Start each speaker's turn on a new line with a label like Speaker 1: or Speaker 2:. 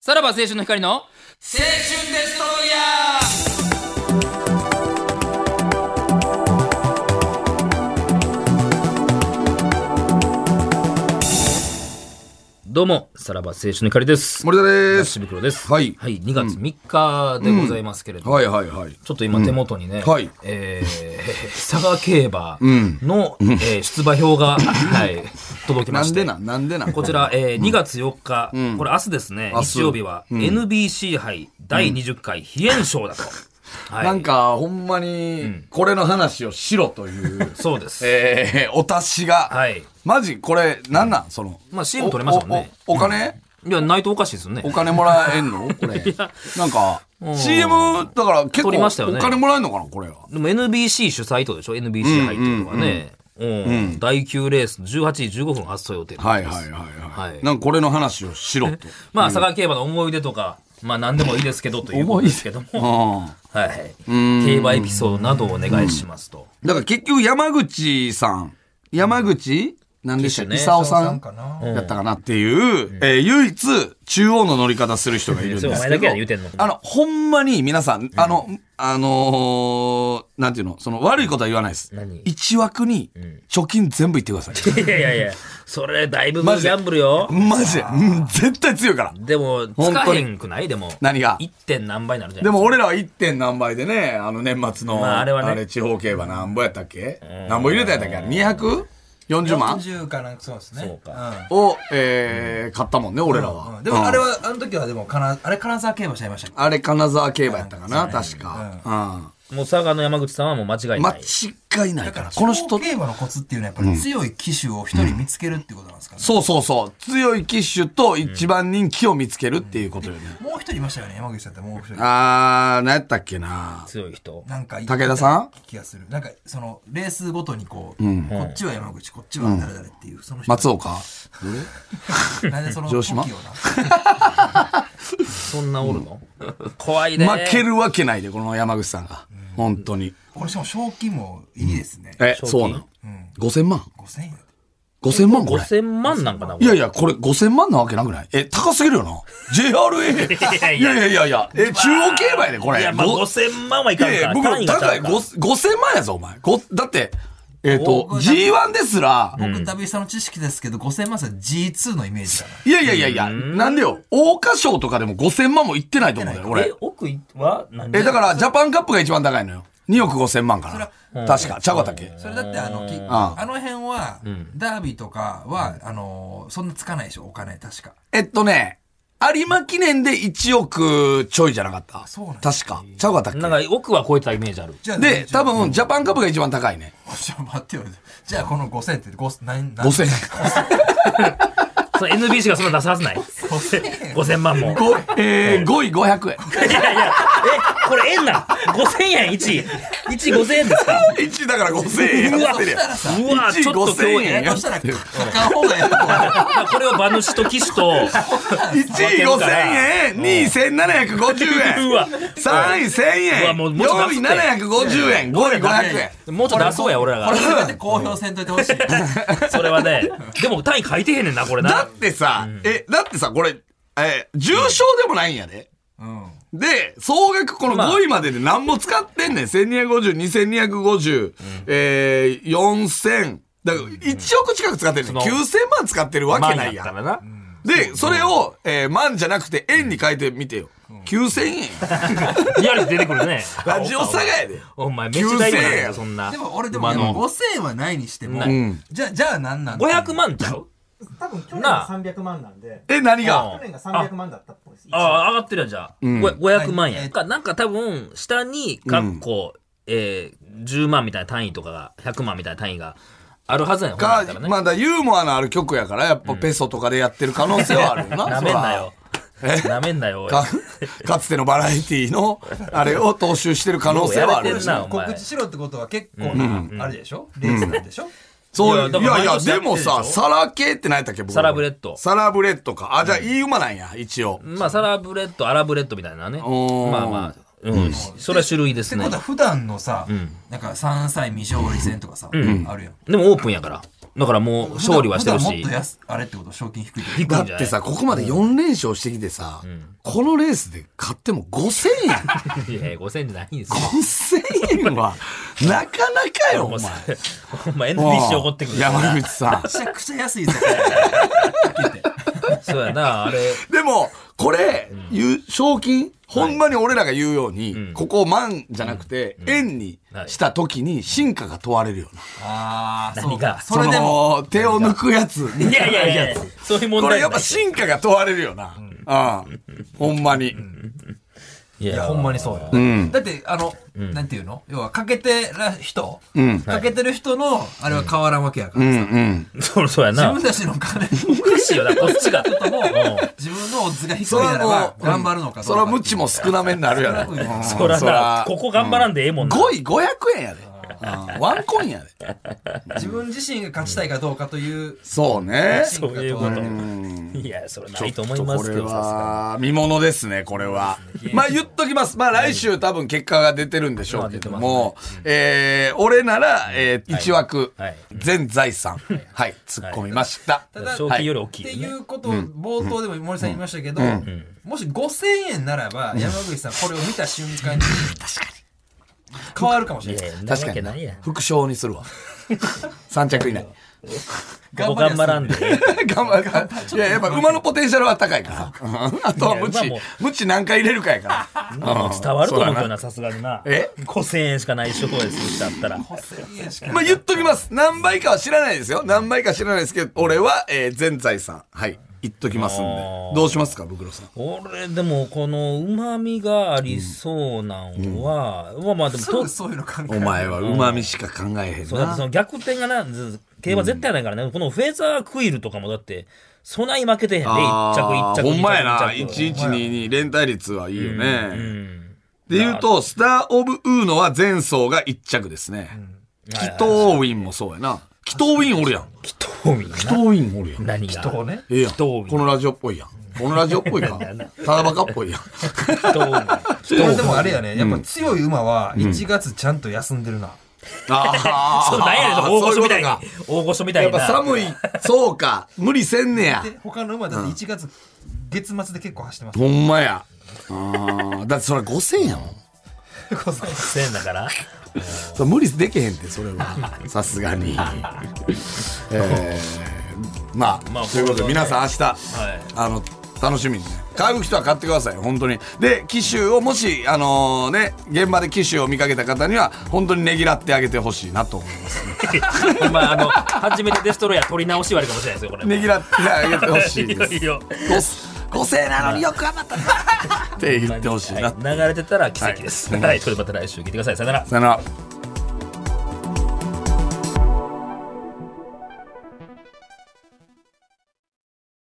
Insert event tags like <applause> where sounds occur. Speaker 1: さらば青春の光の青春デストロイヤーどうも、さらば青春の光です。
Speaker 2: 森田で
Speaker 1: し
Speaker 2: す。
Speaker 1: ぶくろです。
Speaker 2: はい
Speaker 1: はい、2月3日でございますけれども、
Speaker 2: はいはいはい。
Speaker 1: ちょっと今手元にね、
Speaker 2: はい
Speaker 1: えー、 <laughs> 佐賀競馬の、えー出馬票
Speaker 2: <laughs>
Speaker 1: が、はい、届きま
Speaker 2: な
Speaker 1: し
Speaker 2: ん
Speaker 1: て
Speaker 2: で。なんなんでなん
Speaker 1: こちら、えー2月4日、これ明日ですね、
Speaker 2: 明日
Speaker 1: 日曜日は、NBC 杯第20回、非炎症
Speaker 2: <laughs>
Speaker 1: だと。はい、
Speaker 2: なんか、ほんまに、これの話をしろと
Speaker 1: <laughs>
Speaker 2: いう、
Speaker 1: そうです。
Speaker 2: えー、お達しが。
Speaker 1: はい。
Speaker 2: マジこれ、なんなんその。
Speaker 1: まあ CM 取れましたもんね
Speaker 2: おおお金
Speaker 1: いや、ないとおかしいですよね
Speaker 2: お。金もらえんの
Speaker 1: <laughs>
Speaker 2: これ。なんか、CM、だから結構、
Speaker 1: 取りましたよね
Speaker 2: お金もらえんのかなこれは。
Speaker 1: でも NBC 主催とでしょ ?NBC 杯っていうのはね、うん第9レース、18時15分発送予定と
Speaker 2: はいはいはいはい。
Speaker 1: はい
Speaker 2: なんかこれの話をし
Speaker 1: <laughs>
Speaker 2: ろと。
Speaker 1: まあ、佐賀競馬の思い出とか、まあ何でもいいですけどということですけども、
Speaker 2: ああ。
Speaker 1: はいはい。競馬エピソードなどをお願いしますと。
Speaker 2: だから結局山口さん。山口なんでしたっけ
Speaker 1: 騎手ね
Speaker 2: 久夫さんやったかなっていう、えー唯一中央の乗り方する人がいるんですけ
Speaker 1: そ
Speaker 2: ど。
Speaker 1: <laughs> れお前だけや言うてんの
Speaker 2: あの、ほんまに皆さん、あの、あのーなんていうの、その悪いことは言わないです
Speaker 1: 何。
Speaker 2: 一枠に貯金全部いってく
Speaker 1: <laughs>
Speaker 2: ださい。
Speaker 1: いやいやいや、それだいぶギャンブルよ。
Speaker 2: マジで。うん絶対強いから。
Speaker 1: でも、つ
Speaker 2: 本
Speaker 1: か
Speaker 2: 当
Speaker 1: へ
Speaker 2: に
Speaker 1: んくないでも。
Speaker 2: 何が
Speaker 1: ?1 点何倍になるじゃん。
Speaker 2: でも俺らは 1. 点何倍でね、あの年末の、
Speaker 1: まああ
Speaker 2: あ
Speaker 1: れ
Speaker 2: れ
Speaker 1: はね
Speaker 2: 地方競馬なんぼやったっけなんぼ入れたやったっけ ?240 万
Speaker 3: 40かなんかそうですね。
Speaker 1: そうか
Speaker 2: を、えー買ったもんね、俺ら
Speaker 3: うん
Speaker 2: は。
Speaker 3: うんでもあれ
Speaker 2: は、
Speaker 3: は、あの時はでも、かな、あれ金沢競馬しちゃいましたっけ
Speaker 2: あれ金沢競馬やったかな、確か。
Speaker 1: もう佐賀の山口さんはもう間違
Speaker 2: う
Speaker 1: い
Speaker 2: ん。
Speaker 1: ない。
Speaker 2: 間違いないから。こ
Speaker 3: こ
Speaker 2: の
Speaker 3: の
Speaker 2: 人
Speaker 3: 人。競馬のコツっていうのはやっぱり強い騎手を一人見つけるってことなんですかね。
Speaker 2: そうそうそう。強い騎手と一番人気を見つけるっていうことよね。
Speaker 3: もう一人いましたよね、山口さんってもう一人。
Speaker 2: あー、何やったっけな。
Speaker 1: 強い人。
Speaker 3: なんかい、
Speaker 2: 武田さん
Speaker 3: 気がする。なんか、その、レースごとにこう、こっちは山口、こっちは誰々っていう、その人。
Speaker 2: 松岡
Speaker 3: なんでそ
Speaker 2: <laughs>
Speaker 3: の、
Speaker 2: 城島
Speaker 3: 時をな
Speaker 1: そんなおるの怖いね。
Speaker 2: 負け。るわけないで、この山口さんが。本当に。
Speaker 3: これしかも賞金もいいですね。
Speaker 2: え、
Speaker 1: 金
Speaker 2: そうなの ?5000 万
Speaker 3: 5000円。
Speaker 2: ?5000 万これ。
Speaker 1: 5000万なんかなこ
Speaker 2: い
Speaker 1: れ
Speaker 2: やいや、これ5000万なわけなくないえ、高すぎるよな。JRA。
Speaker 1: い
Speaker 2: い
Speaker 1: や
Speaker 2: やいやいやいや。え、中央競馬やで、これ。
Speaker 1: いや、まあ
Speaker 2: ご
Speaker 1: 5000万はいかん
Speaker 2: いやい
Speaker 1: か。
Speaker 2: や僕
Speaker 1: 単位が
Speaker 2: 高
Speaker 1: ちゃ
Speaker 2: い。
Speaker 1: う
Speaker 2: ご
Speaker 1: か
Speaker 2: 5000万やぞ、お前。ごだって、えっ、と、
Speaker 3: 僕
Speaker 2: G1 ですら、
Speaker 3: 僕、旅さんの知識ですけど、5000万さ、G2 のイメージだな。
Speaker 2: いやいやいやいや、なんでよ。桜花賞とかでも5000万もいってないと思うんだよ、
Speaker 1: え
Speaker 2: 俺、。
Speaker 1: 奥は何
Speaker 2: え、だから、ジャパンカップが一番高いのよ。2億5000万かな。確か。ちゃうかったっけ
Speaker 3: それだってあのき
Speaker 2: あ
Speaker 3: あの辺は、ダービーとかは、あのーそんなつかないでしょお金確か
Speaker 2: えっとね、有馬記念で1億ちょいじゃなかった。
Speaker 3: そうなんだ
Speaker 2: 確か。ちゃうかったっけ
Speaker 1: なんか奥は超えてたイメージある。
Speaker 3: じゃ
Speaker 2: で、多
Speaker 3: 分
Speaker 2: 分、ジャパンカップが一番高いね。
Speaker 3: ちょっと待ってよじゃあこの5000って5何何
Speaker 2: 5000。
Speaker 1: その NBC がそんな出すはずない。5000万も。
Speaker 2: ごえー、5位500円。
Speaker 1: いやいや、え、これ円なん ?5000 円、1。1、5000円ですか
Speaker 2: 1位だから5000円 <laughs> やってるやん
Speaker 3: だからさ
Speaker 1: うわ、
Speaker 2: 1
Speaker 1: ちょっと
Speaker 2: 5000
Speaker 1: 今日ね。
Speaker 2: 円や
Speaker 3: そ
Speaker 1: <laughs>
Speaker 3: したら買う方がいい
Speaker 1: これを馬主と騎手と、
Speaker 2: 1位5000円、2位1750円、
Speaker 1: うわ
Speaker 2: 3位1000
Speaker 1: うわ
Speaker 2: 円、
Speaker 1: もうもうちょっと
Speaker 2: 4
Speaker 1: 出
Speaker 2: 位
Speaker 1: して
Speaker 2: 750円、5位500円。
Speaker 1: もうちょっと出そうや、俺ら
Speaker 3: こ
Speaker 1: が
Speaker 3: れ。だって公表せんといてほし
Speaker 1: <laughs>
Speaker 3: い
Speaker 1: それはね。でも単位書いてへんねんな、これ
Speaker 2: だ
Speaker 1: な
Speaker 2: っ。てさ、え、だってさ、これ、えー、重症でもないんやで。
Speaker 3: うん
Speaker 2: で、総額この
Speaker 1: まあ
Speaker 2: 5位までで何も使ってんねん。1250、2250、えー、4000。だから1億近く使ってんねん。
Speaker 1: の
Speaker 2: 9000万使ってるわけないや
Speaker 1: 万や
Speaker 2: ん
Speaker 1: ったらな。
Speaker 2: で、それを、えー、万じゃなくて円に変えてみてよ。9000円や。
Speaker 1: <laughs> リアルで出てくるね。
Speaker 2: ラジオ差がやで。
Speaker 1: お前、めっちゃ大事なんだ
Speaker 2: 9000
Speaker 1: よ、
Speaker 2: 円
Speaker 1: そんな。
Speaker 3: でも俺でも
Speaker 1: 馬の
Speaker 3: 5000円はないにしても、
Speaker 2: ん
Speaker 3: じゃあじゃあ何なんだ
Speaker 1: 500万ちゃう
Speaker 4: 多分去年が300万なんで、
Speaker 2: え、何
Speaker 1: う
Speaker 2: が
Speaker 1: ん
Speaker 4: 去年が300万だったっぽいです。
Speaker 1: ああ、上がってるやん、じゃあ。ご500万
Speaker 3: は
Speaker 1: 円。
Speaker 3: い
Speaker 1: かなんか多分、下に、かっこ、えー、10万みたいな単位とかが、100万みたいな単位があるはずやん、ほんま
Speaker 2: が
Speaker 1: やったら、ね。
Speaker 2: まあだユーモアのある曲やから、やっぱペソとかでやってる可能性はあるよな。
Speaker 1: なめんなよ。なめんなよ、おい
Speaker 2: そら。か、かつてのバラエティ
Speaker 1: <laughs>
Speaker 2: の、あれを踏襲してる可能性は
Speaker 1: よ
Speaker 2: あ
Speaker 1: うやれ
Speaker 2: る
Speaker 1: てん
Speaker 2: し
Speaker 1: なお前
Speaker 3: 告知しろってことは結構なあれでしょ、レースなんでしょ、
Speaker 2: そう
Speaker 1: いやだ
Speaker 2: い
Speaker 1: から
Speaker 2: やいや、
Speaker 1: 毎年やって
Speaker 2: で
Speaker 1: る
Speaker 2: も
Speaker 1: でしょ
Speaker 2: さ、サラ系って何やったっけ僕
Speaker 1: サラブレッド
Speaker 2: サラブレッドか。あ、じゃあ、いい馬なんや、一応。
Speaker 1: まあ、サラブレッド、アラブレッドみたいなね。
Speaker 2: おー
Speaker 1: まあまあ、うん。それは種類です
Speaker 3: って
Speaker 1: ね
Speaker 3: こと。は普段のさ、なんか3歳未勝利戦とかさ、あるやん。
Speaker 1: でもオープンやから。だからもう勝利はしてる
Speaker 3: 普段も
Speaker 1: し
Speaker 3: っと。安あれってこと賞金低いって
Speaker 1: 低いんじ
Speaker 2: だ
Speaker 1: ゃ
Speaker 2: っ
Speaker 1: ない
Speaker 2: てさ、ここまで4連勝してきてさ、このレースで勝っても5000
Speaker 1: <laughs>
Speaker 2: 円。
Speaker 1: いやいや、5000円じゃないんですよ。
Speaker 2: 5000円は、なかなかよ、お
Speaker 1: もう
Speaker 2: 前。
Speaker 1: さほんま NBC 怒ってくるから
Speaker 2: 山口さ
Speaker 3: ことめちゃくちゃ安いぞ。
Speaker 1: <laughs> そうやな、あれ。
Speaker 2: ん。でも、これ、ゆ賞金、ほんまに俺らが言うように、ここを万じゃなくて、円にした時に進化が問われるよな。
Speaker 3: <laughs> ああ、そう
Speaker 1: 何が
Speaker 3: か。それでも、
Speaker 2: も、手を抜くやつ。
Speaker 1: いやい
Speaker 2: <laughs>
Speaker 1: やいや、そういう問
Speaker 2: こ
Speaker 1: 題
Speaker 2: れ
Speaker 1: じ
Speaker 2: や
Speaker 1: ゃ
Speaker 2: っ
Speaker 1: ない
Speaker 2: ぱ進化が問われるよな。ああ。ほんまに。
Speaker 1: いや、
Speaker 3: ほ
Speaker 1: ほ
Speaker 3: ん
Speaker 1: んま
Speaker 3: まにそうよ。だって、あの、なんていうの要は、かけてる人かけてる人の、あれは変わらんわけやか
Speaker 2: う
Speaker 3: ら
Speaker 2: ん
Speaker 3: さ。
Speaker 2: うん。
Speaker 1: そうそうや
Speaker 3: 自
Speaker 1: な
Speaker 3: 分。たちの金
Speaker 1: おかしいよな、こっちが。
Speaker 3: とも
Speaker 1: うん
Speaker 3: 自分のオッズが低い
Speaker 2: それ
Speaker 3: なら
Speaker 2: は
Speaker 3: ば
Speaker 2: もう、
Speaker 3: 頑張るのかどうかっていう。
Speaker 2: それは無知も少なめになるやろ。うん
Speaker 1: そらな、ここ頑張らんでええもんな。
Speaker 2: 5位500円やで。うんワンコインやで。
Speaker 3: 自分自身が勝ちたいかどうかという、
Speaker 2: そうね。
Speaker 1: そういうこ
Speaker 2: ん
Speaker 1: と。いや、それないと思
Speaker 2: ち
Speaker 1: い
Speaker 2: ょっと
Speaker 1: ま
Speaker 2: こ
Speaker 1: す
Speaker 2: れ
Speaker 1: けど、さすが
Speaker 2: は見ものですね、これは。まあ言っときます。まあ来週多分結果が出てるんでしょうけども、えー俺なら、えー、1枠
Speaker 1: はい、
Speaker 2: 全財産、はい、突っ込みました。
Speaker 3: た
Speaker 1: に。
Speaker 3: だ、
Speaker 1: 賞
Speaker 2: は
Speaker 1: 金より大きい
Speaker 3: っ
Speaker 1: よ
Speaker 3: て
Speaker 1: ね。
Speaker 3: いうことを冒頭でも森さん言いましたけど、もし5000円ならば山口さんこれを見た瞬間に変わるかもしれ
Speaker 1: い
Speaker 3: ない
Speaker 1: やいや
Speaker 2: 確かに
Speaker 1: なわけないや。
Speaker 2: なん副賞にす
Speaker 1: <laughs>
Speaker 2: るわ。3着以内。
Speaker 1: ここ頑張ら
Speaker 3: <laughs>
Speaker 1: んでええ。
Speaker 2: 頑張る。いや、やっぱ馬のポテンシャルは高いから。 <laughs> あとは無
Speaker 1: い
Speaker 2: 知
Speaker 1: や馬も、
Speaker 2: 無知何回入れるかやから。
Speaker 1: 伝わると思うけどな、さすがにな。
Speaker 2: え
Speaker 1: ?5000 円しかない賞ですだったら。
Speaker 3: いやしか
Speaker 2: まあ言っときます。何倍かは知らないですよ。何倍か知らないですけど、俺は、えー全財産。はい。言っときますんで
Speaker 1: あ。ー
Speaker 2: どうしますか、ブクロさん。
Speaker 1: 俺、でも、この、旨味がありそうなんは、まあまあ、でも、
Speaker 3: す
Speaker 1: と
Speaker 3: ぐ <laughs> そういうの考え
Speaker 2: お
Speaker 3: る
Speaker 2: 前は旨味しか考えへん
Speaker 1: そうだって
Speaker 2: な
Speaker 1: そ。の逆転がな、ず競馬絶対ないからね、このフェザークイルとかもだって、そない負けてへんで、1着、1
Speaker 2: あー
Speaker 1: 着、
Speaker 2: ほんまやな。
Speaker 1: 1着。
Speaker 2: 1122連帯率はいいよ
Speaker 1: う
Speaker 2: ね。
Speaker 1: ん。
Speaker 2: で言うと、スター・オブ・ウーノは前走が1着ですね。キトーウィンもそうやな。キトーウィンおるやん。
Speaker 1: 祈祷民な。
Speaker 2: キトーウィンおるやん。
Speaker 1: 何が祈祷ね。
Speaker 2: ええやん。
Speaker 1: 人多
Speaker 2: こ
Speaker 1: い
Speaker 2: のラジオっぽいやん。このラジオ
Speaker 1: <laughs>
Speaker 2: っぽいか。ただバカっぽいやん。
Speaker 1: 祈祷民。
Speaker 3: これでもあれやねやっぱ強い馬は1月ちゃんと休んでるな、
Speaker 2: ああ。
Speaker 1: そう、なんやねん、大御所みたいに
Speaker 2: そううことか。
Speaker 1: 大御所みた
Speaker 2: や
Speaker 1: い
Speaker 2: っ
Speaker 1: な。
Speaker 2: ぱ寒い、そうか。無理せんねや。
Speaker 3: で他の馬だって1月月末で結構走ってます
Speaker 2: ほんまや。ああ。だってそれ5000やもん。
Speaker 1: せんだから。
Speaker 2: それ無理できへんって、それは。さすがに。 <laughs> えー、まあ、
Speaker 1: まあ
Speaker 2: ということで、
Speaker 1: これ
Speaker 2: 皆
Speaker 1: はね
Speaker 2: さん明日、
Speaker 1: い
Speaker 2: あの、楽しみにね。買う人は買ってください、本当に。で、機種を、もし、あのね、現場で機種を見かけた方には、本当にねぎらってあげてほしいなと思います。
Speaker 1: <laughs> ほんま、あの、初めてデストロイヤー取り直し割りかもしれないですよ、これ。
Speaker 2: ねぎらってあげてほしいです
Speaker 1: い。よいよ
Speaker 2: 五世なのによく頑張
Speaker 1: <laughs>
Speaker 2: ったなって言ってほしいな。
Speaker 1: は流れてたら奇跡です。はい、それではまた来週聞いてください。さよなら。
Speaker 2: さよなら。